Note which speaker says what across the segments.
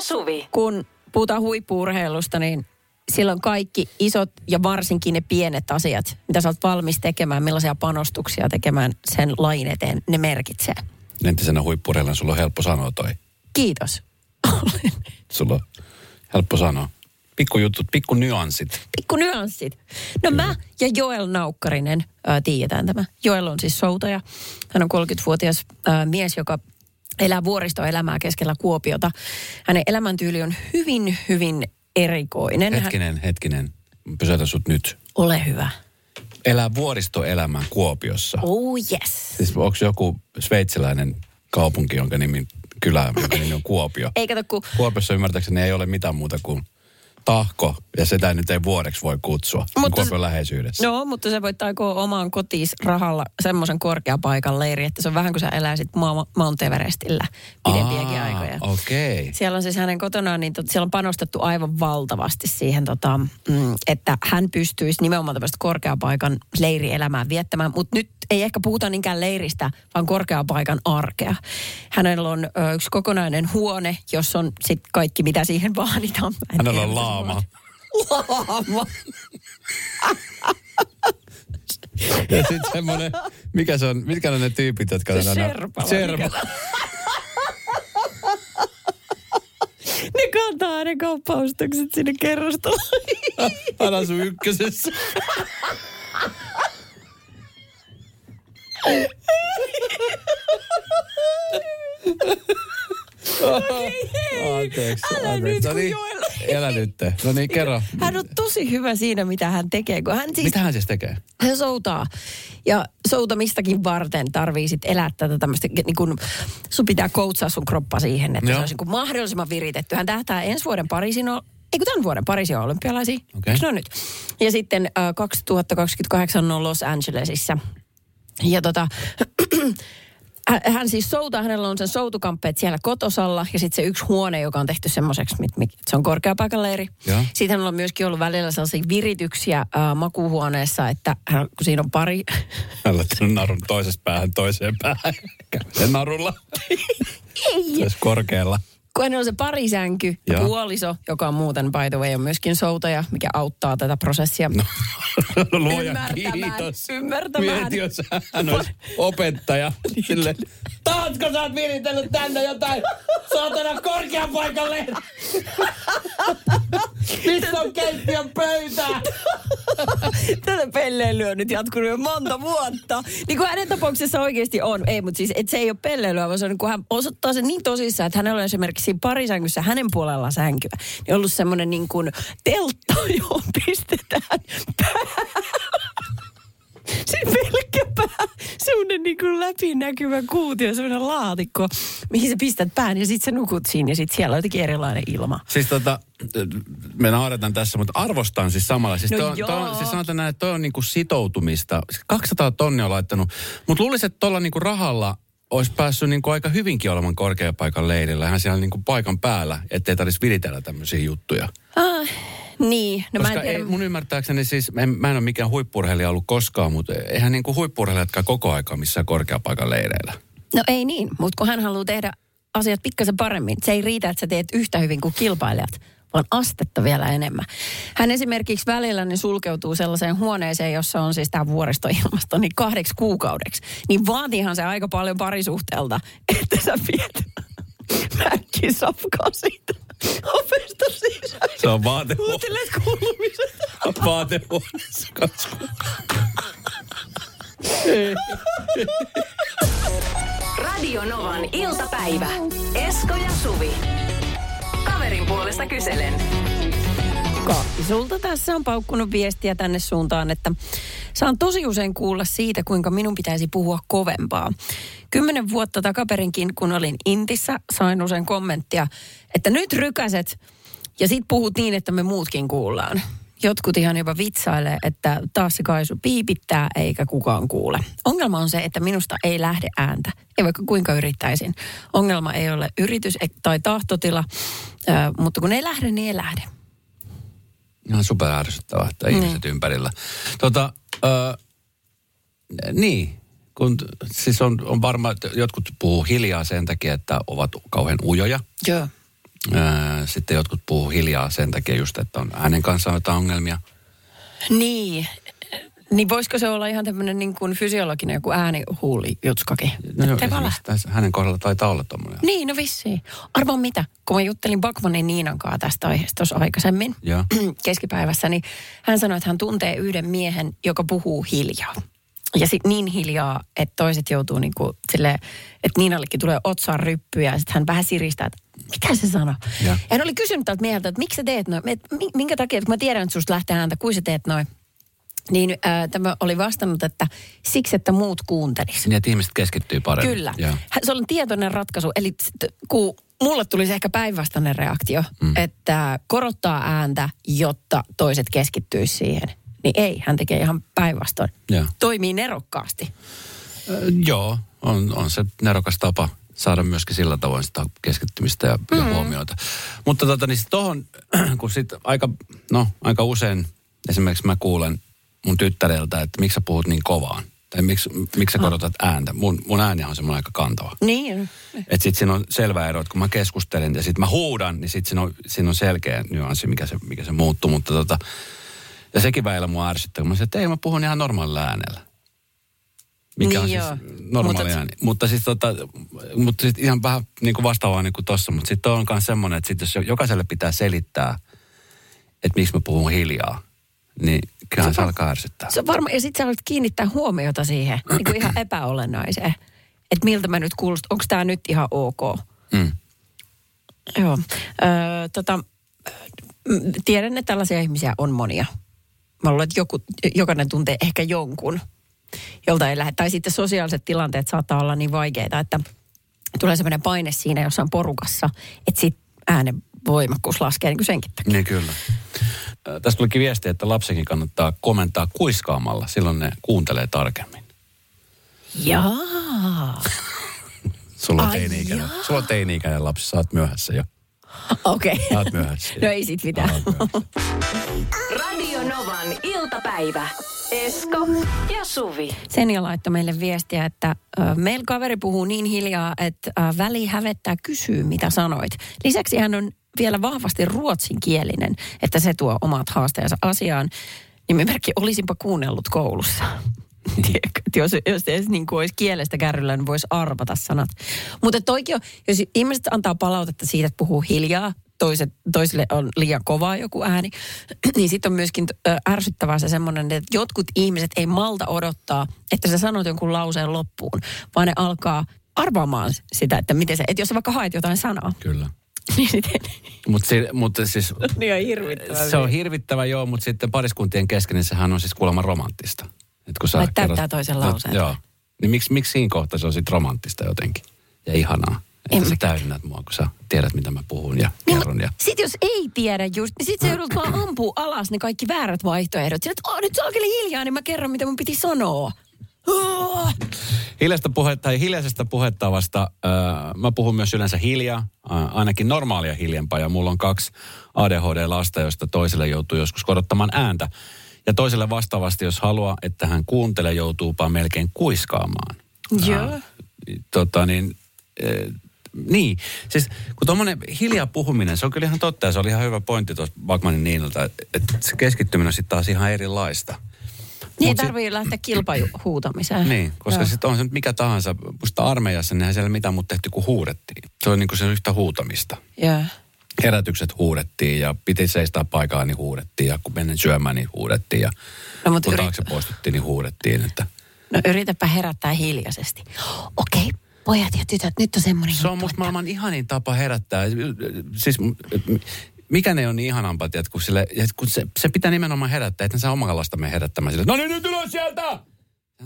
Speaker 1: Suvi.
Speaker 2: kun puhutaan huippuurheilusta, niin silloin kaikki isot ja varsinkin ne pienet asiat, mitä sä oot valmis tekemään, millaisia panostuksia tekemään sen lain eteen, ne merkitsee.
Speaker 3: Entisenä huippureilla sulla on helppo sanoa toi.
Speaker 2: Kiitos. Olin.
Speaker 3: Sulla on helppo sanoa. Pikku jutut, pikku nyanssit.
Speaker 2: Pikku nyanssit. No mä ja Joel Naukkarinen ää, tiedetään tämä. Joel on siis soutaja. Hän on 30-vuotias ää, mies, joka elää vuoristoelämää keskellä Kuopiota. Hänen elämäntyyli on hyvin, hyvin erikoinen. Hän-
Speaker 3: Hetkinen, hetkinen. Pysäytän sut nyt.
Speaker 2: Ole hyvä.
Speaker 3: Elää vuoristoelämää Kuopiossa.
Speaker 2: Oh yes.
Speaker 3: Siis onko joku sveitsiläinen kaupunki, jonka nimi, kylä, jonka nimi on Kuopio?
Speaker 2: Ei kato, kun
Speaker 3: Kuopiossa ymmärtääkseni ei ole mitään muuta kuin tahko, ja sitä nyt ei vuodeksi voi kutsua
Speaker 2: Mutta-
Speaker 3: Mutta Kuopion läheisyydessä.
Speaker 2: No, mutta se voit taikoa omaan kotiis rahalla semmoisen korkeapaikan leiri, että se on vähän kuin sä eläisit maa- Mount Everestillä pidempiäkin
Speaker 3: Aa,
Speaker 2: aikoja.
Speaker 3: Okei.
Speaker 2: Siellä on siis hänen kotonaan, niin tot, siellä on panostettu aivan valtavasti siihen, tota, mm, että hän pystyisi nimenomaan tämmöistä korkeapaikan leirielämää viettämään. Mutta nyt ei ehkä puhuta niinkään leiristä, vaan korkeapaikan arkea. Hänellä on ö, yksi kokonainen huone, jossa on sit kaikki, mitä siihen vaaditaan. Mä en
Speaker 3: Hänellä
Speaker 2: tiedä,
Speaker 3: on
Speaker 2: mitä se
Speaker 3: laama.
Speaker 2: Laama.
Speaker 3: Ja sitten semmoinen, mikä se on, mitkä ne on ne tyypit, jotka... on aina-
Speaker 2: Sherpa vai
Speaker 3: Sherpa.
Speaker 2: Ne kantaa ne kauppaustukset sinne kerrostolle.
Speaker 3: Aina sun ykkösessä. Anteeksi.
Speaker 2: älä nyt,
Speaker 3: anteeksi.
Speaker 2: kun
Speaker 3: No niin,
Speaker 2: Joella- Siis-
Speaker 3: Älä nyt. No niin, kerro.
Speaker 2: Hän on tosi hyvä siinä, mitä hän tekee, kun hän siis
Speaker 3: Mitä hän siis tekee?
Speaker 2: hän soutaa. Ja soutamistakin varten tarvii sit elää tätä tämmöistä, niin kun sun pitää koutsaa sun kroppa siihen, että Joo.
Speaker 3: Joo.
Speaker 2: se olisi niin mahdollisimman viritetty. Hän tähtää ensi vuoden Pariisin, ol- ei kun tämän vuoden Pariisin olympialaisiin.
Speaker 3: Okei.
Speaker 2: No nyt. Ja sitten äh, 2028 on Los Angelesissa. Ja tota, hä- hän siis soutaa, hänellä on sen soutukamppeet siellä kotosalla ja sitten se yksi huone, joka on tehty semmoiseksi, mit- mit- se on korkeapaikaleiri.
Speaker 3: Joo.
Speaker 2: Sitten hänellä on myöskin ollut välillä sellaisia virityksiä äh, makuuhuoneessa, että hän, kun siinä on pari,
Speaker 3: Hän laittanut narun toisessa päähän toiseen päähän. Kävi sen narulla. Ei. Tässä korkealla.
Speaker 2: kun hänellä on se parisänky ja
Speaker 3: Joo.
Speaker 2: puoliso, joka on muuten by the way on myöskin soutaja, mikä auttaa tätä prosessia. No,
Speaker 3: No luoja kiitos.
Speaker 2: Ymmärtämään.
Speaker 3: Mieti, jos hän olisi opettaja. Sille, taatko sä oot viritellyt tänne jotain? Saatana korkean paikan lehden. Missä on keittiön pöytä?
Speaker 2: Tätä pelleilyä on nyt jatkunut jo monta vuotta. Niin kuin hänen tapauksessa oikeasti on. Ei, mutta siis et se ei ole pelleilyä, vaan se on, niin kun hän osoittaa sen niin tosissaan, että hänellä on esimerkiksi siinä parisängyssä hänen puolella sänkyä. Niin ollut semmoinen niin kuin teltta, johon pistetään pää. Se pelkkä pää, semmoinen niin kuin läpinäkyvä kuutio, semmoinen laatikko, mihin sä pistät pään ja sitten sä nukut siinä ja sitten siellä on jotenkin erilainen ilma.
Speaker 3: Siis tota, me nauretaan tässä, mutta arvostan siis samalla. Siis,
Speaker 2: No
Speaker 3: toi, on-
Speaker 2: joo.
Speaker 3: toi, on- siis sanotaan näin, että toi on niinku sitoutumista. Siis 200 tonnia on laittanut. Mutta luulisin, että tuolla niinku rahalla olisi päässyt niinku aika hyvinkin olemaan korkeapaikan leirillä. Hän siellä niinku paikan päällä, ettei tarvitsisi viritellä tämmöisiä juttuja.
Speaker 2: Ah, niin, no
Speaker 3: Koska
Speaker 2: mä en tiedä.
Speaker 3: ei, mun ymmärtääkseni siis, en, mä en ole mikään huippurheilija ollut koskaan, mutta eihän niinku huippurheilijatkaan koko aikaa missään korkeapaikan leireillä.
Speaker 2: No ei niin, mutta kun hän haluaa tehdä asiat pikkasen paremmin, se ei riitä, että sä teet yhtä hyvin kuin kilpailijat, vaan astetta vielä enemmän. Hän esimerkiksi välillä niin sulkeutuu sellaiseen huoneeseen, jossa on siis tämä vuoristoilmasto, niin kahdeksi kuukaudeksi. Niin vaatiihan se aika paljon parisuhteelta, että sä viet mäkin safkaa siitä ovesta sisään.
Speaker 3: Se on vaate-
Speaker 2: Kuuntelet kuulumiset.
Speaker 3: Vaatehuoneessa kasvu.
Speaker 1: Radio Novan iltapäivä. Esko ja Suvi. Kaverin puolesta kyselen.
Speaker 2: Kaikki sulta tässä on paukkunut viestiä tänne suuntaan, että saan tosi usein kuulla siitä, kuinka minun pitäisi puhua kovempaa. Kymmenen vuotta takaperinkin, kun olin Intissä, sain usein kommenttia, että nyt rykäset ja sit puhut niin, että me muutkin kuullaan. Jotkut ihan jopa vitsailee, että taas se kaisu piipittää eikä kukaan kuule. Ongelma on se, että minusta ei lähde ääntä, ei vaikka kuinka yrittäisin. Ongelma ei ole yritys e- tai tahtotila, ö, mutta kun ei lähde, niin ei lähde.
Speaker 3: Ihan super ärsyttävää, että ihmiset ympärillä. Tota, ö, niin, kun t- siis on, on varma, että jotkut puhuu hiljaa sen takia, että ovat kauhean ujoja.
Speaker 2: Joo.
Speaker 3: Öö, sitten jotkut puhuu hiljaa sen takia just, että on hänen kanssaan jotain ongelmia.
Speaker 2: Niin. Niin voisiko se olla ihan tämmöinen niin kuin fysiologinen joku äänihuuli jutskakin?
Speaker 3: No joo,
Speaker 2: Ettei vaan
Speaker 3: esimerkiksi tässä hänen kohdalla taitaa olla tommoinen.
Speaker 2: Niin, no vissiin. Arvoa mitä, kun mä juttelin Bakmanin Niinan kanssa tästä aiheesta tuossa aikaisemmin
Speaker 3: Joo.
Speaker 2: keskipäivässä, niin hän sanoi, että hän tuntee yhden miehen, joka puhuu hiljaa. Ja sit niin hiljaa, että toiset joutuu niin kuin silleen, että Niinallekin tulee otsaan ryppyjä ja sitten hän vähän siristää, että mitä se sanoi.
Speaker 3: Ja.
Speaker 2: Ja. hän oli kysynyt tältä mieheltä, että miksi sä teet noin, Et mi- minkä takia, että kun mä tiedän, että susta lähtee ääntä, kuin sä teet noin. Niin äh, tämä oli vastannut, että siksi, että muut kuuntelis.
Speaker 3: Niin, että ihmiset keskittyy paremmin.
Speaker 2: Kyllä.
Speaker 3: Joo.
Speaker 2: Hän- Se oli tietoinen ratkaisu. Eli sit, kun mulle tuli se ehkä päinvastainen reaktio, mm. että korottaa ääntä, jotta toiset keskittyisi siihen. Niin ei, hän tekee ihan päinvastoin.
Speaker 3: Joo.
Speaker 2: Toimii nerokkaasti.
Speaker 3: Ö, Joo, on, on se nerokas tapa saada myöskin sillä tavoin sitä keskittymistä ja, mm. ja huomiota. Mutta tota, niin sit tohon, kun sit aika, no, aika usein esimerkiksi mä kuulen mun tyttäreltä, että miksi sä puhut niin kovaan. Tai miksi, miksi sä korotat ääntä. Mun, mun ääni on semmoinen aika kantava.
Speaker 2: Niin.
Speaker 3: Et sit siinä on selvä ero, että kun mä keskustelen ja sit mä huudan, niin sit siinä on, siinä on selkeä nyanssi, mikä se, mikä se muuttuu. Mutta tota, ja sekin väillä mua ärsyttää, kun mä sanoin, että ei, mä puhun ihan normaalilla äänellä. Mikä
Speaker 2: Niin
Speaker 3: on siis
Speaker 2: joo.
Speaker 3: normaali
Speaker 2: Mutta-
Speaker 3: ääni. Mutta siis tota, mutta sit ihan vähän niin kuin vastaavaa niin kuin tossa. Mutta sitten on myös semmoinen, että sit jos jo- jokaiselle pitää selittää, että miksi mä puhun hiljaa, niin kyllähän se alkaa ärsyttää.
Speaker 2: Se on varma, ja sitten sä haluat kiinnittää huomiota siihen niin kuin ihan epäolennaiseen. Että miltä mä nyt kuulostan, onko tämä nyt ihan ok.
Speaker 3: Mm.
Speaker 2: Joo. Öö, tota, m, tiedän, että tällaisia ihmisiä on monia. Mä luulen, että joku, jokainen tuntee ehkä jonkun, jolta ei lähde. Tai sitten sosiaaliset tilanteet saattaa olla niin vaikeita, että tulee sellainen paine siinä jossain porukassa, että sit äänen voimakkuus laskee niin kuin senkin takia.
Speaker 3: Niin kyllä. Ö, Tästä tulikin viesti, että lapsenkin kannattaa komentaa kuiskaamalla, silloin ne kuuntelee tarkemmin.
Speaker 2: Jaa.
Speaker 3: Sulla on
Speaker 2: Ai
Speaker 3: teini-ikäinen, sulla on teini-ikäinen lapsi, sä oot myöhässä jo.
Speaker 2: Okei.
Speaker 3: Sä oot myöhässä.
Speaker 2: No ei sit mitään.
Speaker 3: Sä oot myöhässä.
Speaker 1: Radio Novan iltapäivä. Esko ja Suvi.
Speaker 2: Senja laittoi meille viestiä, että ö, meillä kaveri puhuu niin hiljaa, että ö, väli hävettää kysyä, mitä sanoit. Lisäksi hän on vielä vahvasti ruotsinkielinen, että se tuo omat haasteensa asiaan. Nimimerkki olisinpa kuunnellut koulussa. Tiedätkö, että jos, jos edes niin kuin olisi kielestä kärryllä, niin voisi arvata sanat. Mutta toikin on, jos ihmiset antaa palautetta siitä, että puhuu hiljaa, toiset, toisille on liian kova joku ääni, niin sitten on myöskin ö, ärsyttävää se semmoinen, että jotkut ihmiset ei malta odottaa, että sä sanot jonkun lauseen loppuun, vaan ne alkaa arvaamaan sitä, että miten se, että jos sä vaikka haet jotain sanaa,
Speaker 3: Kyllä.
Speaker 2: niin sitten
Speaker 3: Mut si, mutta siis
Speaker 2: niin on hirvittävää.
Speaker 3: se on hirvittävä joo, mutta sitten pariskuntien kesken niin sehän on siis kuulemma romanttista. Et kun sä
Speaker 2: Vai täyttää toisen lauseen.
Speaker 3: No, joo. Niin miksi, miksi siinä kohtaa se on sitten romanttista jotenkin ja ihanaa?
Speaker 2: En
Speaker 3: Että sä
Speaker 2: mä- Niin,
Speaker 3: täydennät mua, kun sä tiedät, mitä mä puhun ja kerron. Ja...
Speaker 2: Sitten jos ei tiedä just, niin sitten se joudut vaan ampuu alas ne kaikki väärät vaihtoehdot. Sillä, että oh, nyt se on kyllä hiljaa, niin mä kerron, mitä mun piti sanoa. Oh!
Speaker 3: Hiljaista puhetta, tai hiljaisesta puhetta vasta, äh, mä puhun myös yleensä hiljaa, äh, ainakin normaalia hiljempaa, ja mulla on kaksi ADHD-lasta, joista toiselle joutuu joskus korottamaan ääntä. Ja toiselle vastaavasti, jos haluaa, että hän kuuntelee, joutuupa melkein kuiskaamaan.
Speaker 2: Joo.
Speaker 3: Äh, tota niin, äh, niin, siis kun tuommoinen hiljaa puhuminen, se on kyllä ihan totta, ja se oli ihan hyvä pointti tuossa Bagmanin Niinalta, että se keskittyminen on sitten taas ihan erilaista.
Speaker 2: Niin ei
Speaker 3: Mut sit-
Speaker 2: tarvii lähteä kilpahuutamiseen.
Speaker 3: Niin, koska
Speaker 2: Joo.
Speaker 3: sitten on se nyt mikä tahansa. Musta armeijassa nehän siellä mitään mut tehty kuin huudettiin. Se on niinku se yhtä huutamista.
Speaker 2: Joo. No,
Speaker 3: Herätykset huudettiin ja piti seistää paikaa, niin huudettiin. Ja kun menen syömään, niin huudettiin. Ja
Speaker 2: No,
Speaker 3: kun
Speaker 2: mut yrit-
Speaker 3: taakse poistuttiin, niin huudettiin. Että
Speaker 2: No yritäpä herättää hiljaisesti. Okei, pojat ja tytöt, nyt on semmoinen
Speaker 3: se on
Speaker 2: juttu,
Speaker 3: musta
Speaker 2: että-
Speaker 3: maailman ihanin tapa herättää. Siis m- m- mikä ne on niin ihanampaa, tiedät, kun, sille, et kun se, se, pitää nimenomaan herättää, että sä omalla lasta mene herättämään sille. No niin, nyt ylös sieltä!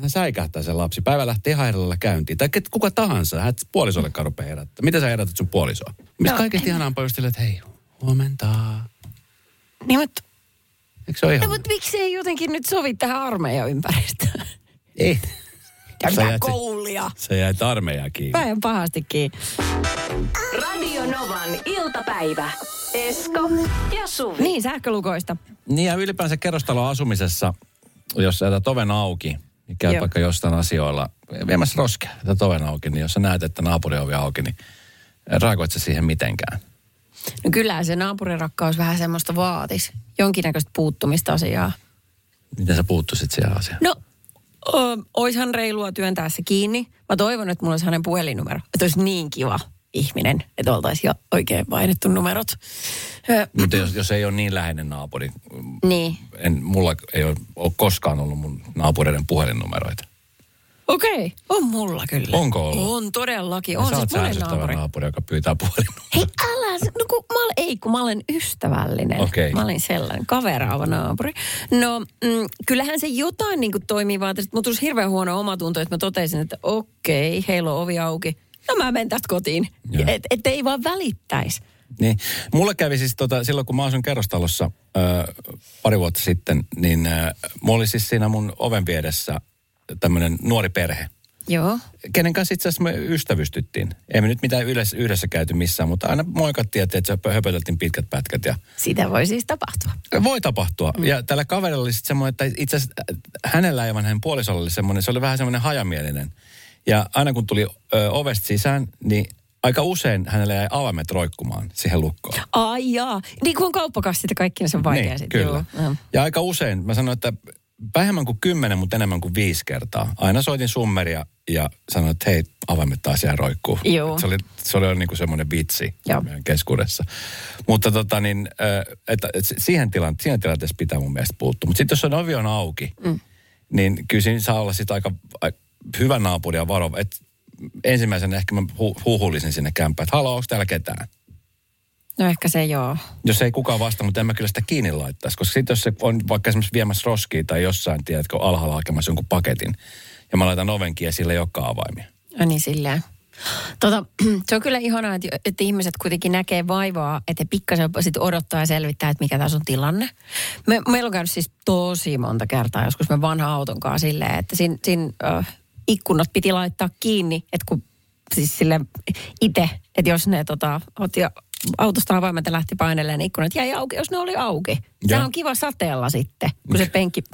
Speaker 3: Hän säikähtää se lapsi. Päivä lähtee ihan erilaisella käyntiin. Tai ket- kuka tahansa, hän puolisollekaan rupeaa herättää. Mitä sä herätät sun puolisoa? Missä no,
Speaker 2: No,
Speaker 3: kaikista ihanampaa just silleen, että hei, huomenta.
Speaker 2: Niin, mutta,
Speaker 3: Eikö se ole
Speaker 2: no,
Speaker 3: ihan?
Speaker 2: mutta miksi ei jotenkin nyt sovi tähän armeijan ympäristöön?
Speaker 3: Ei. Sä
Speaker 2: Käydään
Speaker 3: jäät,
Speaker 2: koulia.
Speaker 3: sä jäät armeijaan kiinni.
Speaker 2: Päin pahastikin.
Speaker 1: Radio Novan iltapäivä. Esko ja Suvi.
Speaker 2: Niin, sähkölukoista.
Speaker 3: Niin ja ylipäänsä kerrostaloasumisessa, jos sä jätät oven auki, niin käyt
Speaker 2: Joo.
Speaker 3: vaikka jostain asioilla viemässä roskea, jätät oven auki, niin jos sä näet, että naapurin ovi auki, niin reagoit sä siihen mitenkään.
Speaker 2: No kyllä se naapurirakkaus vähän semmoista vaatis. Jonkinnäköistä puuttumista asiaa.
Speaker 4: Miten sä puuttuisit siihen asiaan?
Speaker 2: No, ö, oishan reilua työntää se kiinni. Mä toivon, että mulla olisi hänen puhelinnumero. Että olisi niin kiva ihminen, että oltaisiin jo oikein vaihdettu numerot. Ö,
Speaker 3: Mutta jos, jos ei ole niin läheinen naapuri,
Speaker 2: niin,
Speaker 3: en, mulla ei ole, ole koskaan ollut mun naapureiden puhelinnumeroita.
Speaker 2: okei. Okay. On mulla kyllä.
Speaker 3: Onko ollut?
Speaker 2: On todellakin.
Speaker 3: Ja
Speaker 2: On
Speaker 3: sä
Speaker 2: siis
Speaker 3: oot se
Speaker 2: monen
Speaker 3: ärsyttävä
Speaker 2: naapuri.
Speaker 3: naapuri, joka pyytää puhelinnumeroa.
Speaker 2: Hei älä, se- no kun mä olen, ei kun mä olen ystävällinen.
Speaker 3: Okei.
Speaker 2: Mä olin sellainen kaveraava naapuri. No mm, kyllähän se jotain niin toimii vaan, mutta tulisi hirveän huono omatunto, että mä totesin, että okei, heillä on ovi auki. No mä menen tästä kotiin.
Speaker 3: Joo.
Speaker 2: Et, et ei vaan välittäisi.
Speaker 3: Niin. Mulla kävi siis tota, silloin, kun mä asuin kerrostalossa ö, pari vuotta sitten, niin ö, mulla oli siis siinä mun oven vieressä tämmöinen nuori perhe.
Speaker 2: Joo.
Speaker 3: kenen kanssa itse asiassa me ystävystyttiin. Ei me nyt mitään yhdessä, yhdessä käyty missään, mutta aina moikattiin, että se höpöteltiin pitkät pätkät. Ja
Speaker 2: Sitä voi siis tapahtua.
Speaker 3: voi tapahtua. Mm. Ja tällä kaverilla oli sitten semmoinen, että itse asiassa äh, hänellä ja hänen puolisolla oli semmoinen, se oli vähän semmoinen hajamielinen. Ja aina kun tuli ö, ovesta sisään, niin aika usein hänellä jäi avaimet roikkumaan siihen lukkoon.
Speaker 2: Ai jaa. Niin kuin on kauppakassit ja kaikki, niin se on vaikea
Speaker 3: niin,
Speaker 2: sitten.
Speaker 3: Kyllä.
Speaker 2: Joo. Mm.
Speaker 3: Ja aika usein, mä sanoin, että vähemmän kuin kymmenen, mutta enemmän kuin viisi kertaa. Aina soitin summeria ja sanoin, että hei, avaimet taas jää roikkuu.
Speaker 2: Joo.
Speaker 3: Se oli, se oli niin kuin semmoinen vitsi
Speaker 2: Joo.
Speaker 3: meidän keskuudessa. Mutta tota niin, ö, että, että siihen, tilan, siihen tilanteessa pitää mun mielestä puuttua. Mutta sitten jos on ovi on auki, mm. niin kyllä siinä saa olla sitten aika ai- hyvä naapuri ja varova. Et ensimmäisenä ehkä mä hu- huuhulisin sinne kämppään, että haloo, onko täällä ketään?
Speaker 2: No ehkä se joo.
Speaker 3: jos ei kukaan vastaa, mutta en mä kyllä sitä kiinni laittaisi. Koska sitten jos se on vaikka esimerkiksi viemässä roskia tai jossain, tiedätkö, alhaalla hakemassa jonkun paketin, ja mä laitan oven kiinni ja sillä ei olekaan avaimia.
Speaker 2: No niin, silleen. Tota, se on kyllä ihanaa, että, että ihmiset kuitenkin näkee vaivaa, että he pikkasen sit odottaa ja selvittää, että mikä tässä on tilanne. Me, meillä on käynyt siis tosi monta kertaa joskus me vanha auton kanssa silleen, että siinä, siinä äh, ikkunat piti laittaa kiinni, että kun siis sille itse, että jos ne tota, otti autosta avaimet ja lähti paineleen, niin ikkunat jäi auki, jos ne oli auki. Sehän
Speaker 3: Joo.
Speaker 2: on kiva sateella sitten, kun se penkki,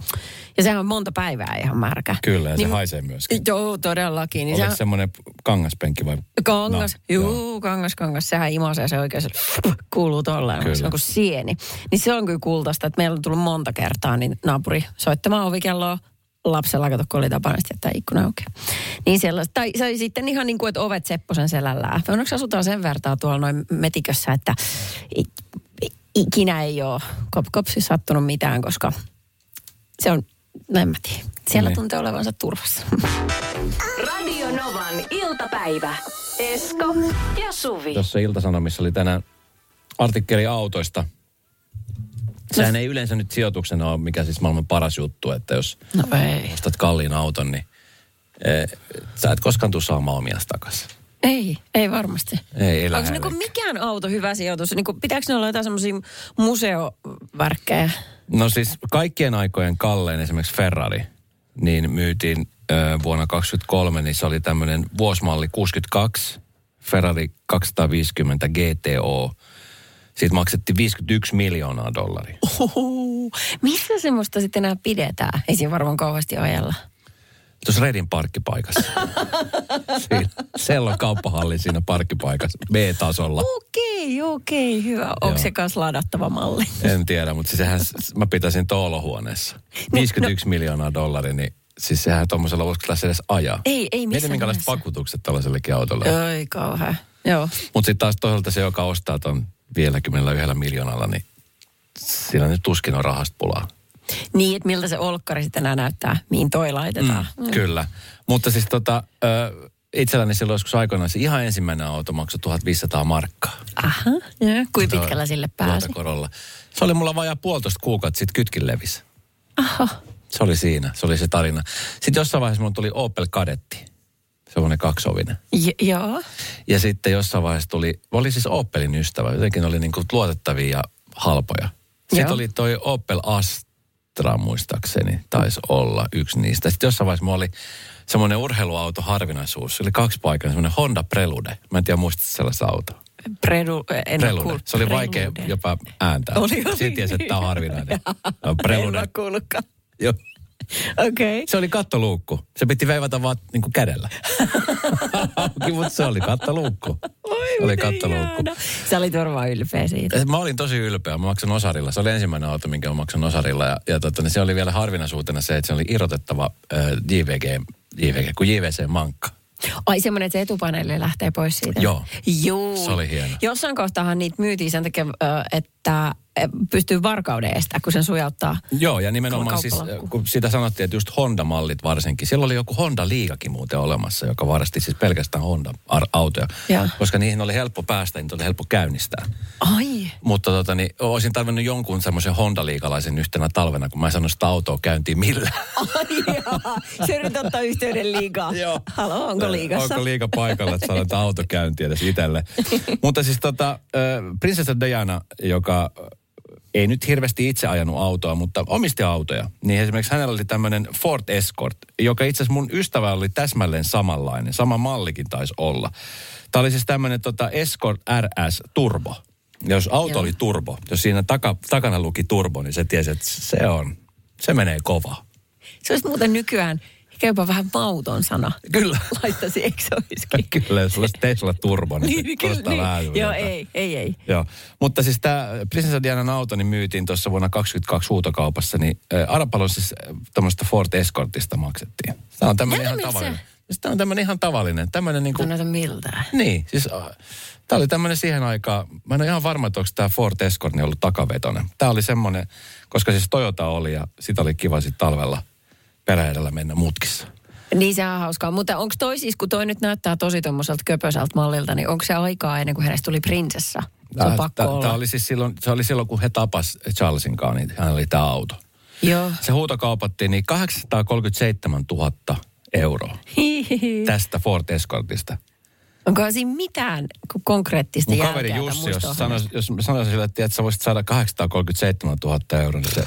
Speaker 2: ja sehän on monta päivää ihan märkä.
Speaker 3: Kyllä, ja se
Speaker 2: Niin-
Speaker 3: haisee myöskin.
Speaker 2: Joo, todellakin. Niin
Speaker 3: Oliko
Speaker 2: sehän-
Speaker 3: semmoinen kangaspenkki vai?
Speaker 2: Kangas, no,
Speaker 3: No,
Speaker 2: juu, kangas, kangas. Sehän imasee se oikein, se kuuluu tolleen,
Speaker 3: Kyllä.
Speaker 2: se on kuin sieni. Niin se on kyllä kultaista, että meillä on tullut monta kertaa, niin naapuri soittamaan ovikelloa, lapsella kato, kun oli tapana sitten jättää ikkuna auki. Niin sellaista. Tai se oli sitten ihan niin kuin, että ovet Sepposen selällään. Onneksi asutaan sen vertaa tuolla noin metikössä, että i- i- ikinä ei ole kopkopsi sattunut mitään, koska se on, no en mä tiedä. Siellä
Speaker 3: Niin.
Speaker 2: tuntee olevansa turvassa.
Speaker 1: Radio Novan iltapäivä. Esko ja Suvi.
Speaker 3: Tuossa Iltasanomissa oli tänään artikkeli autoista.
Speaker 2: No
Speaker 3: Sehän ei yleensä nyt sijoituksena ole, mikä siis maailman paras juttu, että jos
Speaker 2: No ei.
Speaker 3: ostat kalliin auton, niin eh, sä et koskaan tule saamaan omias takaisin.
Speaker 2: Ei, ei varmasti.
Speaker 3: Ei, ei
Speaker 2: Onko niinku
Speaker 3: lähellekään.
Speaker 2: mikään auto hyvä sijoitus? Niinku, pitääkö ne olla jotain semmoisia museovärkkejä?
Speaker 3: No siis kaikkien aikojen kallein esimerkiksi Ferrari, niin myytiin ö, vuonna 2023, niin se oli tämmöinen vuosimalli 62, Ferrari 250 GTO. Siitä maksettiin 51 miljoonaa dollaria.
Speaker 2: Oho, missä semmoista sitten enää pidetään? Ei siinä varmaan kauheasti ajella.
Speaker 3: Tuossa Redin parkkipaikassa. siinä, siellä on kauppahalli siinä parkkipaikassa, B-tasolla.
Speaker 2: Okei, okei, hyvä. Onko
Speaker 3: Joo.
Speaker 2: se kanssa ladattava malli?
Speaker 3: En tiedä, mutta siis sehän, mä pitäisin
Speaker 2: No,
Speaker 3: toolohuoneessa. 51 miljoonaa dollaria, niin siis sehän tuommoisella voisiko tässä edes ajaa.
Speaker 2: Ei, ei
Speaker 3: Mieti
Speaker 2: missään
Speaker 3: minkälaiset
Speaker 2: nimessä.
Speaker 3: vakuutukset tällaisellekin autolle.
Speaker 2: Ei kauhea. Joo.
Speaker 3: Mutta sitten taas toisaalta se, joka ostaa ton 51 miljoonalla, niin sillä nyt tuskin on rahasta pulaa.
Speaker 2: Niin, että miltä se olkkari sitten enää näyttää, mihin toi laitetaan.
Speaker 3: Mm. Kyllä. Mutta siis tota, ö, itselläni silloin joskus aikoinaan se ihan ensimmäinen auto maksoi 1500 markkaa.
Speaker 2: Aha, joo. Kuinka
Speaker 3: Tuo-
Speaker 2: pitkällä sille pääsi?
Speaker 3: Luotokorolla. Se oli mulla vajaa puolitoista kuukautta sitten kytkin levis.
Speaker 2: Aha.
Speaker 3: Se oli siinä, se oli se tarina. Sitten jossain vaiheessa mulla tuli Opel Kadetti, semmoinen kaksovinen.
Speaker 2: J- joo.
Speaker 3: Ja sitten jossain vaiheessa tuli, oli siis Opelin ystävä, jotenkin ne oli niin kuin luotettavia ja halpoja. Sitten
Speaker 2: Joo.
Speaker 3: oli toi Opel Astra muistaakseni, taisi olla yksi niistä. Sitten jossain vaiheessa mulla oli semmoinen urheiluauto harvinaisuus, se oli kaksi paikkaa, semmoinen Honda Prelude. Mä en tiedä muistat sellaista autoa.
Speaker 2: Predu, en ole
Speaker 3: Prelude.
Speaker 2: kuullut.
Speaker 3: Se oli vaikea
Speaker 2: Prelude.
Speaker 3: jopa ääntää.
Speaker 2: Oli, oli.
Speaker 3: Siitä tiesi, että tämä on harvinainen. No,
Speaker 2: En
Speaker 3: Prelude.
Speaker 2: mä kuullutkaan.
Speaker 3: Joo.
Speaker 2: Okei.
Speaker 3: Se oli kattoluukku. Se piti veivata vaan niin kuin kädellä. Auki, mutta se oli kattoluukku.
Speaker 2: Oi
Speaker 3: oli kattolukku.
Speaker 2: Sä olit varmaan ylpeä siitä.
Speaker 3: Mä olin tosi ylpeä. Mä maksan osarilla. Se oli ensimmäinen auto, minkä mä maksan osarilla. Ja, ja totta, niin se oli vielä harvinaisuutena se, että se oli irrotettava äh, JVG, JVG, kuin JVC-mankka.
Speaker 2: Ai semmoinen, että se etupaneeli lähtee pois siitä.
Speaker 3: Joo.
Speaker 2: Juu.
Speaker 3: Se oli hieno.
Speaker 2: Jossain kohtaahan niitä myytiin sen takia, ö, että ö, pystyy varkauden estää, kun sen sujauttaa.
Speaker 3: Joo, ja nimenomaan siis,
Speaker 2: Kauppalaukku.
Speaker 3: kun sitä sanottiin, että just Honda-mallit varsinkin. Silloin oli joku Honda-liigakin muuten olemassa, joka varasti siis pelkästään Honda-autoja.
Speaker 2: Joo.
Speaker 3: Koska niihin oli helppo päästä, niitä oli helppo käynnistää.
Speaker 2: Ai.
Speaker 3: Mutta tota, niin, olisin tarvinnut jonkun semmoisen Honda-liikalaisen yhtenä talvena, kun mä en saanut sitä autoa käyntiin millään.
Speaker 2: Ai jaa. Se nyt ottaa yhteyden liikaa.
Speaker 3: Joo.
Speaker 2: Halo, onko liikassa?
Speaker 3: Onko liika paikalla, että saadaan auto käyntiin edes itselle. Mutta siis tota, äh, prinsessa Diana, joka äh, ei nyt hirveästi itse ajanut autoa, mutta omisti autoja. Niin esimerkiksi hänellä oli tämmöinen Ford Escort, joka itse asiassa mun ystävä oli täsmälleen samanlainen. Sama mallikin taisi olla. Tämä oli siis tämmöinen tota Escort RS Turbo. Ja Jos auto
Speaker 2: Joo.
Speaker 3: oli turbo, jos siinä taka, takana luki turbo, niin se tiesi, että se on, se menee kova.
Speaker 2: Se olisi muuten nykyään ehkä jopa vähän mauton sana.
Speaker 3: Kyllä.
Speaker 2: Laittaisi, eikö se olisikin?
Speaker 3: Kyllä, jos olisi Tesla Turbo, niin,
Speaker 2: niin, kyllä, niin. Joo, ei, ei, ei.
Speaker 3: Joo, mutta siis tämä Prinsessa Dianan auto niin myytiin tuossa vuonna 22 huutokaupassa, niin ä, Arapalon siis tämmöistä Ford Escortista maksettiin. Tämä on tämmöinen
Speaker 2: Jätä
Speaker 3: ihan
Speaker 2: miltä se?
Speaker 3: tavallinen. Tämä on tämmöinen ihan tavallinen, tämmöinen niin
Speaker 2: Tuntuu
Speaker 3: kuin,
Speaker 2: näitä miltään.
Speaker 3: niin, siis tämä oli tämmöinen siihen aikaan, mä en ole ihan varma, että onko tämä Ford Escort niin ollut takavetonen. Tämä oli semmoinen, koska siis Toyota oli ja sitä oli kiva sitten talvella peräedellä mennä mutkissa.
Speaker 2: Niin se on hauskaa, mutta onko toi siis, kun toi nyt näyttää tosi tuommoiselta köpöseltä mallilta, niin onko se aikaa ennen kuin hänestä tuli prinsessa? Se on pakko olla.
Speaker 3: Tämä oli siis silloin, se oli silloin, kun he tapas Charlesin kanssa, niin hänellä oli tämä auto.
Speaker 2: Joo.
Speaker 3: Se huutokaupattiin niin 837 000 euroa
Speaker 2: Hihihi.
Speaker 3: tästä Ford Escortista.
Speaker 2: Onko siinä mitään ku- konkreettista
Speaker 3: Mun
Speaker 2: jälkeä?
Speaker 3: kaveri
Speaker 2: tai
Speaker 3: Jussi, jos,
Speaker 2: muistoa
Speaker 3: sanois, jos mä sanoisin sille, että, tiedät, sä voisit saada 837 000 euroa, niin se,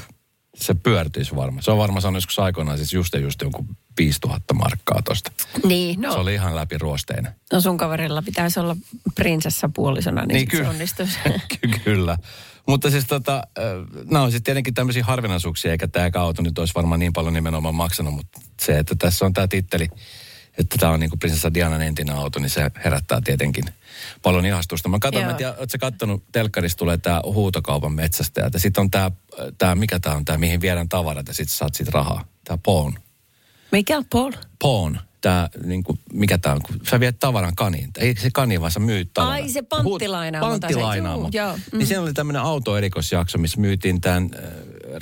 Speaker 3: se pyörtyisi varmaan. Se on varmaan saanut joskus aikoinaan siis just ja just jonkun 5000 markkaa tosta.
Speaker 2: hänestä? Niin,
Speaker 3: No.
Speaker 2: no,
Speaker 3: Se oli ihan läpi ruosteinen.
Speaker 2: no sun kaverilla pitäisi olla prinsessa puolisona, niin, niin se onnistuisi.
Speaker 3: Ky- kyllä. Mutta siis tota, nämä on sitten tietenkin tämmöisiä harvinaisuuksia, eikä tämä auto nyt olisi varmaan niin paljon nimenomaan maksanut, mutta se, että tässä on tämä titteli, että tämä on niinku prinsessa Dianan entinen auto, niin se herättää tietenkin paljon ihastusta. Mä katson,
Speaker 2: Joo.
Speaker 3: mä en tiedä, ootko kattonut, telkkarissa tulee tämä huutokaupan metsästäjä, ja sitten on tämä, tää, mikä tämä on, tämä mihin viedään tavarat, ja sitten saat siitä rahaa, tämä pawn.
Speaker 2: Mikä Paul?
Speaker 3: Pawn, tämä, niinku, mikä tämä on, kun sä viet tavaran kaniin. Ei se kani, vaan sä myyt tavaran.
Speaker 2: Ai, se panttilainaamo tai se-
Speaker 3: Panttilainaamo.
Speaker 2: Juu, joo, mm.
Speaker 3: Niin siinä oli tämmöinen autoerikoisjakso, missä myytiin tämän äh,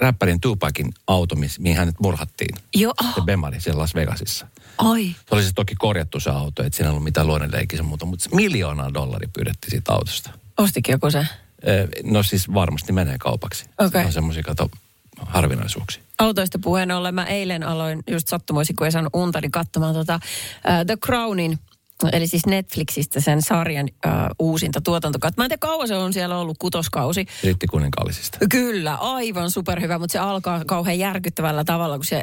Speaker 3: räppärin Tupacin auto, miss- mihin hänet murhattiin.
Speaker 2: Joo,
Speaker 3: Se
Speaker 2: oh,
Speaker 3: Bemari siellä Las Vegasissa.
Speaker 2: ai.
Speaker 3: Se oli siis toki korjattu se auto, että siinä ei ollut mitään luonnonleikkiä sen muuta, mutta se miljoonaa dollaria pyydettiin siitä autosta.
Speaker 2: Ostikin joku se?
Speaker 3: Äh, No siis varmasti menee kaupaksi.
Speaker 2: Okei.
Speaker 3: Se on semmoisia kato harvinaisuuksia.
Speaker 2: Autoista puheen ollen mä eilen aloin just sattumoisin, kun ei saanut unta, niin katsomaan tota, uh, The Crownin, eli siis Netflixistä sen sarjan uh, uusinta tuotantokautta. Mä en tiedä kauan se on siellä ollut, kutoskausi.
Speaker 3: Riitti kuninkaallisista.
Speaker 2: Kyllä, aivan superhyvä, mutta se alkaa kauhean järkyttävällä tavalla, kun se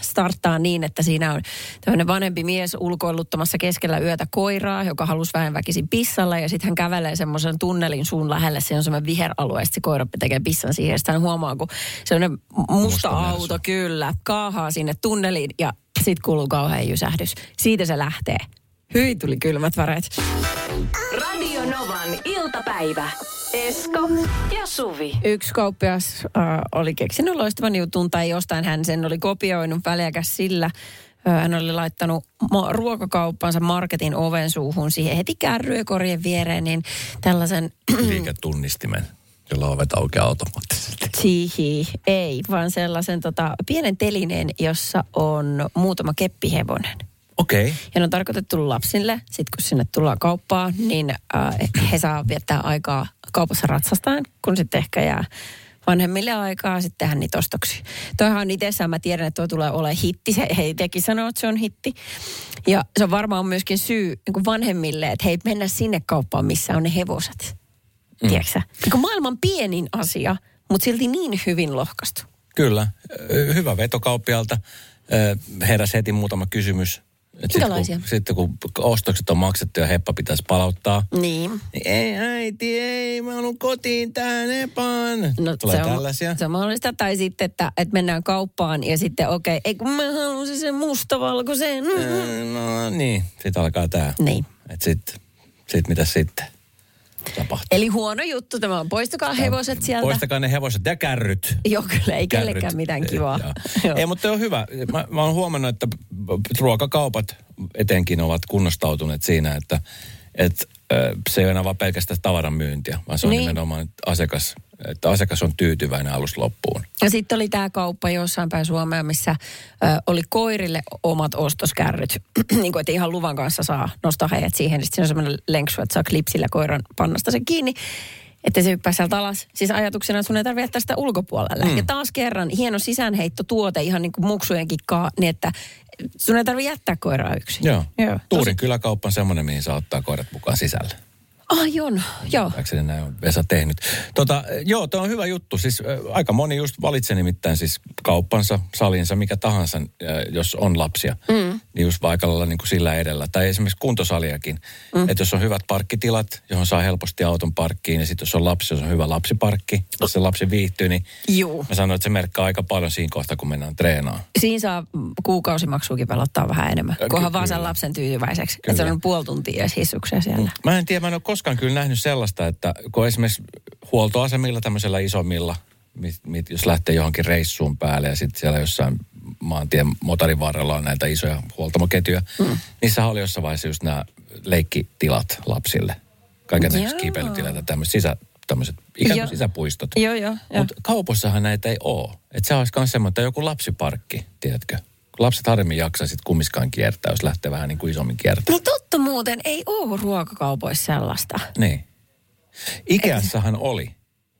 Speaker 2: starttaa niin, että siinä on tämmöinen vanhempi mies ulkoiluttamassa keskellä yötä koiraa, joka halusi vähän väkisin pissalla ja sitten hän kävelee semmoisen tunnelin suun lähelle, se on semmoinen viheralue, ja sit se koira tekee pissan siihen ja sitten hän huomaa, kun semmoinen musta, musta
Speaker 3: Musta mersu.
Speaker 2: auto, kyllä, kaahaa sinne tunneliin ja sitten kuuluu kauhean jysähdys. Siitä se lähtee. Hyi, tuli kylmät väreet.
Speaker 1: Radio Novan iltapäivä. Esko ja Suvi.
Speaker 2: Yksi kauppias äh, oli keksinyt loistavan jutun tai jostain hän sen oli kopioinut väliäkäs sillä. Äh, hän oli laittanut ma- ruokakauppansa marketin oven suuhun siihen heti kärryökorien viereen, niin tällaisen
Speaker 3: Liiketunnistimen, jolla ovet aukeaa automaattisesti.
Speaker 2: tihi, ei, vaan sellaisen tota, pienen telineen, jossa on muutama keppihevonen.
Speaker 3: Okei. Okay.
Speaker 2: Ja ne on tarkoitettu lapsille. Sitten kun sinne tullaan kauppaan, niin äh, he saa viettää aikaa kaupassa ratsastaen, kun sitten ehkä jää vanhemmille aikaa sitten tehdä niitä ostoksia. Toihan on itsessään, mä tiedän, että tuo tulee olemaan hitti. Se, he teki sanoo, että se on hitti. Ja se on varmaan myöskin syy niin kuin vanhemmille, että hei, mennä sinne kauppaan, missä on ne hevoset. Mm. Tiedätkö niin maailman pienin asia, mutta silti niin hyvin lohkaistu.
Speaker 3: Kyllä. Ö, Hyvä vetokauppialta. Ö, Heräs heti muutama kysymys. Et sit
Speaker 2: Minkälaisia?
Speaker 3: kun- Sitten kun, ostokset on maksettu ja heppa pitäisi palauttaa.
Speaker 2: Niin.
Speaker 3: Niin, Ei äiti, ei, mä haluan kotiin tähän hepaan.
Speaker 2: No,
Speaker 3: Tulee
Speaker 2: se on,
Speaker 3: tällaisia.
Speaker 2: Se on mahdollista. Tai sitten, että, että mennään kauppaan ja sitten okei, okay, ei kun mä haluaisin sen mustavalkoisen. Mm.
Speaker 3: Ö, No niin, sit alkaa tää.
Speaker 2: Niin.
Speaker 3: Et sit, sit mitä sitten? tapahtuu.
Speaker 2: Eli huono juttu tämä on. Poistukaa hevoset sieltä.
Speaker 3: Poistakaa ne hevoset ja kärryt.
Speaker 2: Joo, kyllä ei
Speaker 3: Kärryt.
Speaker 2: kellekään mitään kivaa.
Speaker 3: Joo. Ei, mutta on hyvä. Mä, mä oon huomannut, että ruokakaupat etenkin ovat kunnostautuneet siinä, että, että ö, se ei ole enää vaan pelkästään tavaran myyntiä, vaan se on
Speaker 2: Niin.
Speaker 3: niin. nimenomaan asiakas, että asiakas on tyytyväinen alusta loppuun.
Speaker 2: Ja sitten oli tämä kauppa jossain päin Suomea, missä ö, oli koirille omat ostoskärryt. niin kuin, että ihan luvan kanssa saa nostaa heidät siihen. Sitten on semmoinen lenksu, että saa klipsillä koiran pannasta sen kiinni. Että se hyppää sieltä alas. Siis ajatuksena, että sun ei tarvitse jättää sitä ulkopuolelle. Mm. Ja taas kerran, hieno sisäänheittotuote, ihan niin kuin muksujenkin kaa, niin että sun ei tarvitse jättää koiraa yksin.
Speaker 3: Joo.
Speaker 2: Joo.
Speaker 3: Tuurin kyläkauppa on semmoinen, mihin saa ottaa koirat mukaan sisälle.
Speaker 2: Ai on, joo.
Speaker 3: Ymmärtääkseni näin on Vesa tehnyt. Tota, joo, tämä on hyvä juttu. Siis äh, aika moni just valitsee nimittäin siis kauppansa, salinsa, mikä tahansa, äh, jos on lapsia. Mm. Niin just aika lailla niin kuin sillä edellä. Tai esimerkiksi kuntosaliakin. Mm. Että jos on hyvät parkkitilat, johon saa helposti auton parkkiin. Ja sitten jos on lapsi, jos on hyvä lapsiparkki, jos se lapsi viihtyy, niin
Speaker 2: Juu.
Speaker 3: mä sanoin, että se merkkaa aika paljon siinä kohtaa, kun mennään treenaan.
Speaker 2: Siinä saa kuukausimaksuukin pelottaa vähän enemmän,
Speaker 3: Ky-
Speaker 2: kunhan vaan
Speaker 3: kyllä.
Speaker 2: sen lapsen tyytyväiseksi. Että
Speaker 3: Kyllä. Mm.
Speaker 2: se on puoli tuntia edes hissuksia siellä.
Speaker 3: Mä en tiedä, mä en ole koskaan kyllä nähnyt sellaista, että kun esimerkiksi huoltoasemilla tämmöisellä isommilla, mit, mit, jos lähtee johonkin reissuun päälle ja sitten siellä jossain maantien motorin varrella on näitä isoja huoltamoketjuja,
Speaker 2: Hmm.
Speaker 3: mm. niissä oli jossain vaiheessa just nämä leikkitilat lapsille. Kaiken
Speaker 2: Joo.
Speaker 3: kiipeilytilat ja tämmöiset sisä, tämmöiset ikään
Speaker 2: Joo.
Speaker 3: kuin sisäpuistot.
Speaker 2: Joo, joo. joo.
Speaker 3: Mutta kaupossahan näitä ei ole. Että se olisi myös semmoinen, että joku lapsiparkki, tiedätkö? Kun lapset harvemmin jaksaa sitten kummiskaan kiertää, jos lähtee vähän niin kuin isommin kiertämään.
Speaker 2: Niin totta muuten, ei oo ruokakaupoissa sellaista.
Speaker 3: Niin. Ikeassahan oli.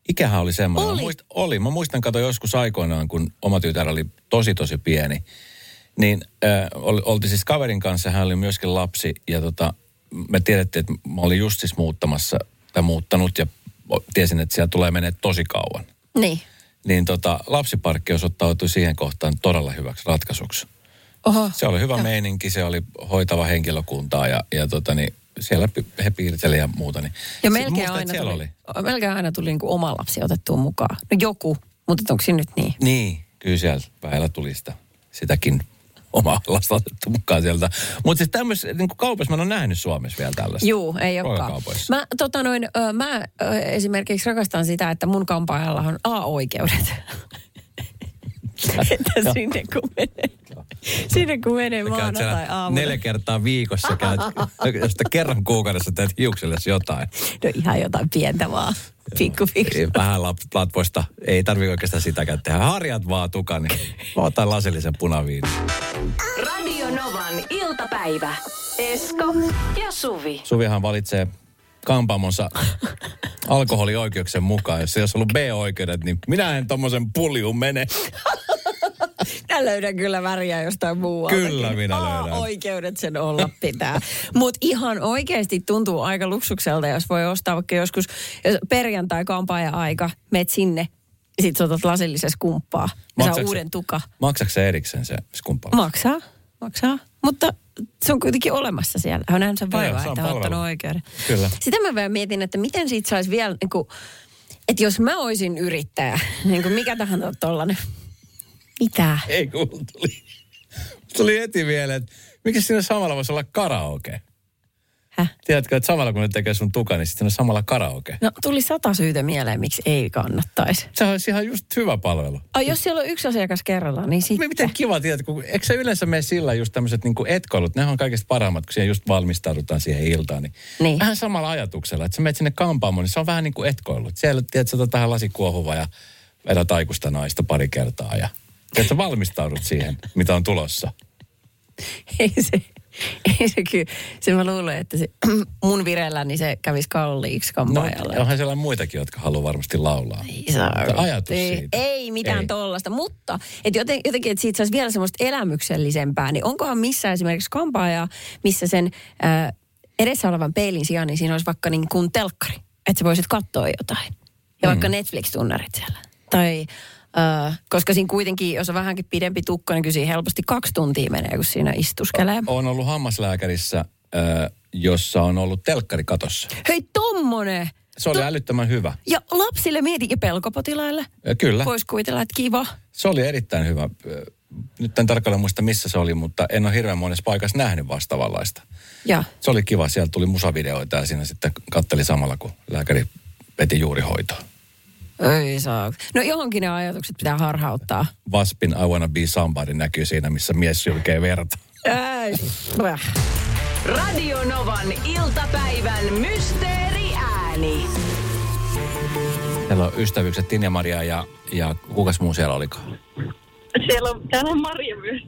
Speaker 3: Ikähän oli semmoinen.
Speaker 2: Oli.
Speaker 3: Mä muist, oli. Mä muistan, kato joskus aikoinaan, kun oma tytär oli tosi tosi pieni. Niin äh, ol- oltiin siis kaverin kanssa, hän oli myöskin lapsi. Ja tota, me tiedettiin, että mä olin just siis muuttamassa tai muuttanut ja o- tiesin, että siellä tulee menee tosi kauan.
Speaker 2: Niin.
Speaker 3: Niin tota, lapsiparkki osoittautui siihen kohtaan todella hyväksi ratkaisuksi.
Speaker 2: Oho.
Speaker 3: Se oli hyvä meininki, se oli hoitava henkilökuntaa ja, ja tota, niin siellä pi- he piirteli ja muuta. Niin.
Speaker 2: Ja
Speaker 3: Se-
Speaker 2: melkein
Speaker 3: muistan, että
Speaker 2: aina,
Speaker 3: siellä
Speaker 2: tuli,
Speaker 3: oli.
Speaker 2: melkein aina tuli niin kuin oma lapsi otettua mukaan. No joku, mutta et onko se nyt niin?
Speaker 3: Niin, kyllä siellä päällä tuli sitä, sitäkin omaa lasta otettu mukaan sieltä. Mutta siis tämmöisessä niin kaupassa mä en ole nähnyt Suomessa vielä tällaista.
Speaker 2: Juu, ei olekaan.
Speaker 3: Ruokakaupoissa.
Speaker 2: Mä, tota noin, ö, mä ö, esimerkiksi rakastan sitä, että mun kampaajalla on A-oikeudet. että sinne kun menee, sinne kun menee
Speaker 3: Sä käyt
Speaker 2: maanantai
Speaker 3: siellä
Speaker 2: aamuna.
Speaker 3: neljä kertaa viikossa, käyt, josta kerran kuukaudessa teet hiuksellesi jotain.
Speaker 2: No ihan jotain pientä vaan. Pikku, pikku.
Speaker 3: Ei, Vähän lap- latvoista, ei tarvitse oikeastaan sitäkään tehdä. Harjat vaan tukani. Mä otan lasillisen punaviin.
Speaker 1: Radio Novan iltapäivä. Esko ja Suvi.
Speaker 3: Suvihan valitsee kampaamonsa alkoholioikeuksien mukaan. Jos ei olisi ollut B-oikeudet, niin minä en tommosen puljuun mene.
Speaker 2: Minä löydän kyllä väriä jostain muualta.
Speaker 3: Kyllä minä löydän.
Speaker 2: oikeudet sen olla pitää. Mutta ihan oikeasti tuntuu aika luksukselta, jos voi ostaa vaikka joskus jos perjantai kampaaja aika, meet sinne, sit sä otat lasillisessa kumppaa. Ja saa
Speaker 3: Maksaks se-
Speaker 2: uuden tuka.
Speaker 3: Maksatko se erikseen se skumpa?
Speaker 2: Maksaa, maksaa. Mutta se on kuitenkin olemassa siellä. Hän on nähnyt sen
Speaker 3: Joo,
Speaker 2: vaivaa,
Speaker 3: se Niin on
Speaker 2: että on
Speaker 3: palvelu.
Speaker 2: ottanut oikeuden.
Speaker 3: Kyllä.
Speaker 2: Sitä mä vielä mietin, että miten siitä saisi vielä, niin kuin, että jos mä olisin yrittäjä, niin kuin mikä tahansa tollanen. Mitä?
Speaker 3: Ei kun mulla tuli, tuli heti vielä, että mikä siinä samalla voisi olla karaoke?
Speaker 2: Häh?
Speaker 3: Tiedätkö, että samalla kun ne tekee sun tuka, niin sitten on samalla karaoke.
Speaker 2: No tuli sata syytä mieleen, miksi ei kannattaisi.
Speaker 3: Se olisi ihan just hyvä palvelu.
Speaker 2: Ai jos siellä on yksi asiakas kerrallaan, niin sitten.
Speaker 3: Mi- Miten kiva, tiedätkö, kun eikö se yleensä mene sillä just tämmöiset niinku etkoilut, ne on kaikista parhaimmat, kun siihen just valmistaudutaan siihen iltaan. Niin
Speaker 2: Niin.
Speaker 3: Vähän samalla ajatuksella, että sä menet sinne kampaamoon, niin se on vähän niin kuin etkoilut. Siellä, tiedätkö, sä tähän lasikuohuva ja vedät aikuista naista pari kertaa ja että sä valmistaudut siihen, mitä on tulossa.
Speaker 2: Ei se, ei se kyllä. Se mä luulen, että se, mun vireellä niin se kävisi kalliiksi kampaajalle.
Speaker 3: No, onhan siellä muitakin, jotka haluaa varmasti laulaa.
Speaker 2: Ei saa.
Speaker 3: Mutta ajatus
Speaker 2: ei,
Speaker 3: siitä.
Speaker 2: Ei mitään ei.
Speaker 3: Ei.
Speaker 2: tollasta, mutta et joten, jotenkin, että siitä saisi vielä semmoista elämyksellisempää, niin onkohan missä esimerkiksi kampaajaa, missä sen äh, edessä olevan peilin sijaan, niin siinä olisi vaikka niin kuin telkkari, että sä voisit katsoa jotain. Ja
Speaker 3: Mm.
Speaker 2: vaikka Netflix-tunnarit siellä. Tai, äh, koska siinä kuitenkin, jos on vähänkin pidempi tukka, niin kyllä siinä helposti kaksi tuntia menee, kun siinä istuskelee.
Speaker 3: Olen ollut hammaslääkärissä, ö, jossa on ollut telkkari katossa.
Speaker 2: Hei, tommonen!
Speaker 3: Se oli älyttömän hyvä.
Speaker 2: Ja lapsille mieti, ja pelkopotilaille.
Speaker 3: Ö, Kyllä.
Speaker 2: Voisi kuvitella, että kiva.
Speaker 3: Se oli erittäin hyvä ö, nyt en tarkalleen muista missä se oli, mutta en ole hirveän monessa paikassa nähnyt vastaavanlaista.
Speaker 2: Ja.
Speaker 3: Se oli kiva, siellä tuli musavideoita ja siinä sitten katteli samalla, kun lääkäri veti juurihoitoa.
Speaker 2: Ei saa. No johonkin ne ajatukset pitää harhauttaa.
Speaker 3: Vaspin I Wanna Be Somebody näkyy siinä, missä mies sylkee verta.
Speaker 2: Ei. Väh.
Speaker 1: Radio Novan iltapäivän mysteeriääni.
Speaker 3: Siellä on ystävyykset Tinja Maria ja, ja kukas muu siellä olikaan?
Speaker 5: Siellä on, täällä on Marja myös.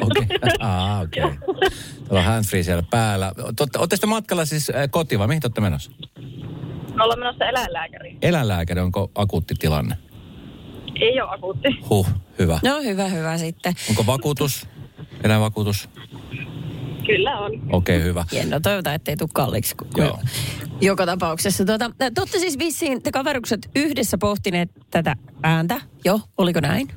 Speaker 3: Okei. Okay. Ah, okei. Okay. Täällä on handfree siellä päällä. Olette sitten matkalla siis äh, kotiin vai mihin te olette menossa?
Speaker 5: Me ollaan menossa eläinlääkäriin.
Speaker 3: Eläinlääkäri, onko akuutti tilanne?
Speaker 5: Ei ole akuutti.
Speaker 3: Huh, hyvä.
Speaker 2: No hyvä, hyvä sitten.
Speaker 3: Onko vakuutus? Eläinvakuutus?
Speaker 5: Kyllä on.
Speaker 3: Okei, okay, hyvä.
Speaker 2: Hienoa, toivotaan, ettei tule kalliiksi. kun-
Speaker 3: Joo.
Speaker 2: Joka tapauksessa. Tuota, te olette siis vissiin, te kaverukset yhdessä pohtineet tätä ääntä. Joo, oliko näin?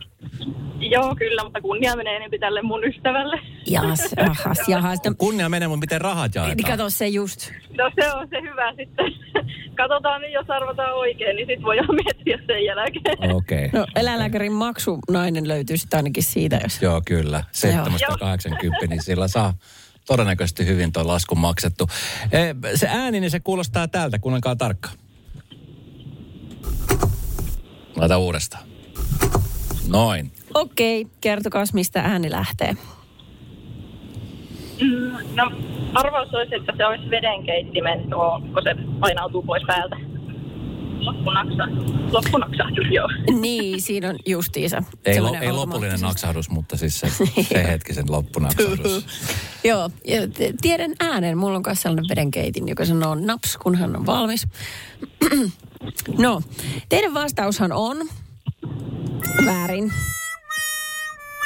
Speaker 5: Joo, kyllä, mutta kunnia menee enempi tälle mun ystävälle.
Speaker 2: Jahas, jahas, jahas. No,
Speaker 3: Kunnia menee, mutta miten rahat jaetaan?
Speaker 2: niin kato se just.
Speaker 5: No se on se hyvä sitten. Katsotaan nyt, jos arvataan oikein, niin sitten voidaan miettiä sen jälkeen.
Speaker 3: Okei. Okay.
Speaker 2: No eläinlääkärin maksu nainen löytyy sitten ainakin siitä, jos...
Speaker 3: Joo, kyllä. 780, niin sillä saa todennäköisesti hyvin tuo lasku maksettu. Eh, Se ääni, niin se kuulostaa tältä, kuunnelkaa tarkkaan. Laita uudestaan. Noin.
Speaker 2: Okei, okay, kertokaas mistä ääni lähtee.
Speaker 5: Mm, no arvaus olisi, että se olisi vedenkeittimen tuo, kun se painautuu pois päältä. Loppunaksa. Loppunaksahdus, joo.
Speaker 2: Niin, siinä on justiinsa.
Speaker 3: Ei, lo,
Speaker 2: semmoinen
Speaker 3: ei lopullinen
Speaker 2: automaattisesti.
Speaker 3: naksahdus, mutta siis se, se hetkisen loppunaksahdus.
Speaker 2: Joo, ja t- tiedän äänen. Mulla on myös sellainen vedenkeitin, joka sanoo naps, kun hän on valmis. no, teidän vastaushan on väärin.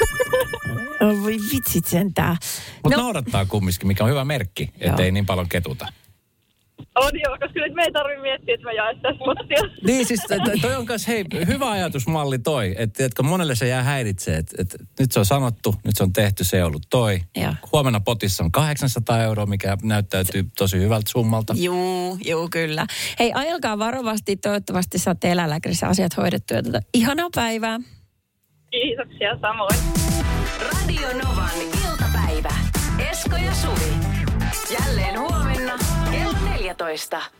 Speaker 2: Oh, voi vitsit sentään.
Speaker 3: Mutta no. naurattaa kumminkin, mikä on hyvä merkki, ettei niin paljon ketuta.
Speaker 5: On joo, koska nyt me ei tarvitse miettiä, että me jaettaisiin pottia.
Speaker 3: Niin siis t- toi on myös, hei, hyvä ajatusmalli toi, että et, monelle se jää häiritsee, että et, nyt se on sanottu, nyt se on tehty, se ei ollut toi.
Speaker 2: Joo.
Speaker 3: Huomenna potissa on 800 euroa, mikä näyttäytyy tosi hyvältä summalta.
Speaker 2: Juu, juu, kyllä. Hei, ajelkaa varovasti. Toivottavasti saatte eläinlääkärissä asiat hoidettua. Tätä. Ihanaa päivää.
Speaker 5: Kiitoksia samoin.
Speaker 1: Radio Novan iltapäivä. Esko ja Suvi. Jälleen huomenna kello 14.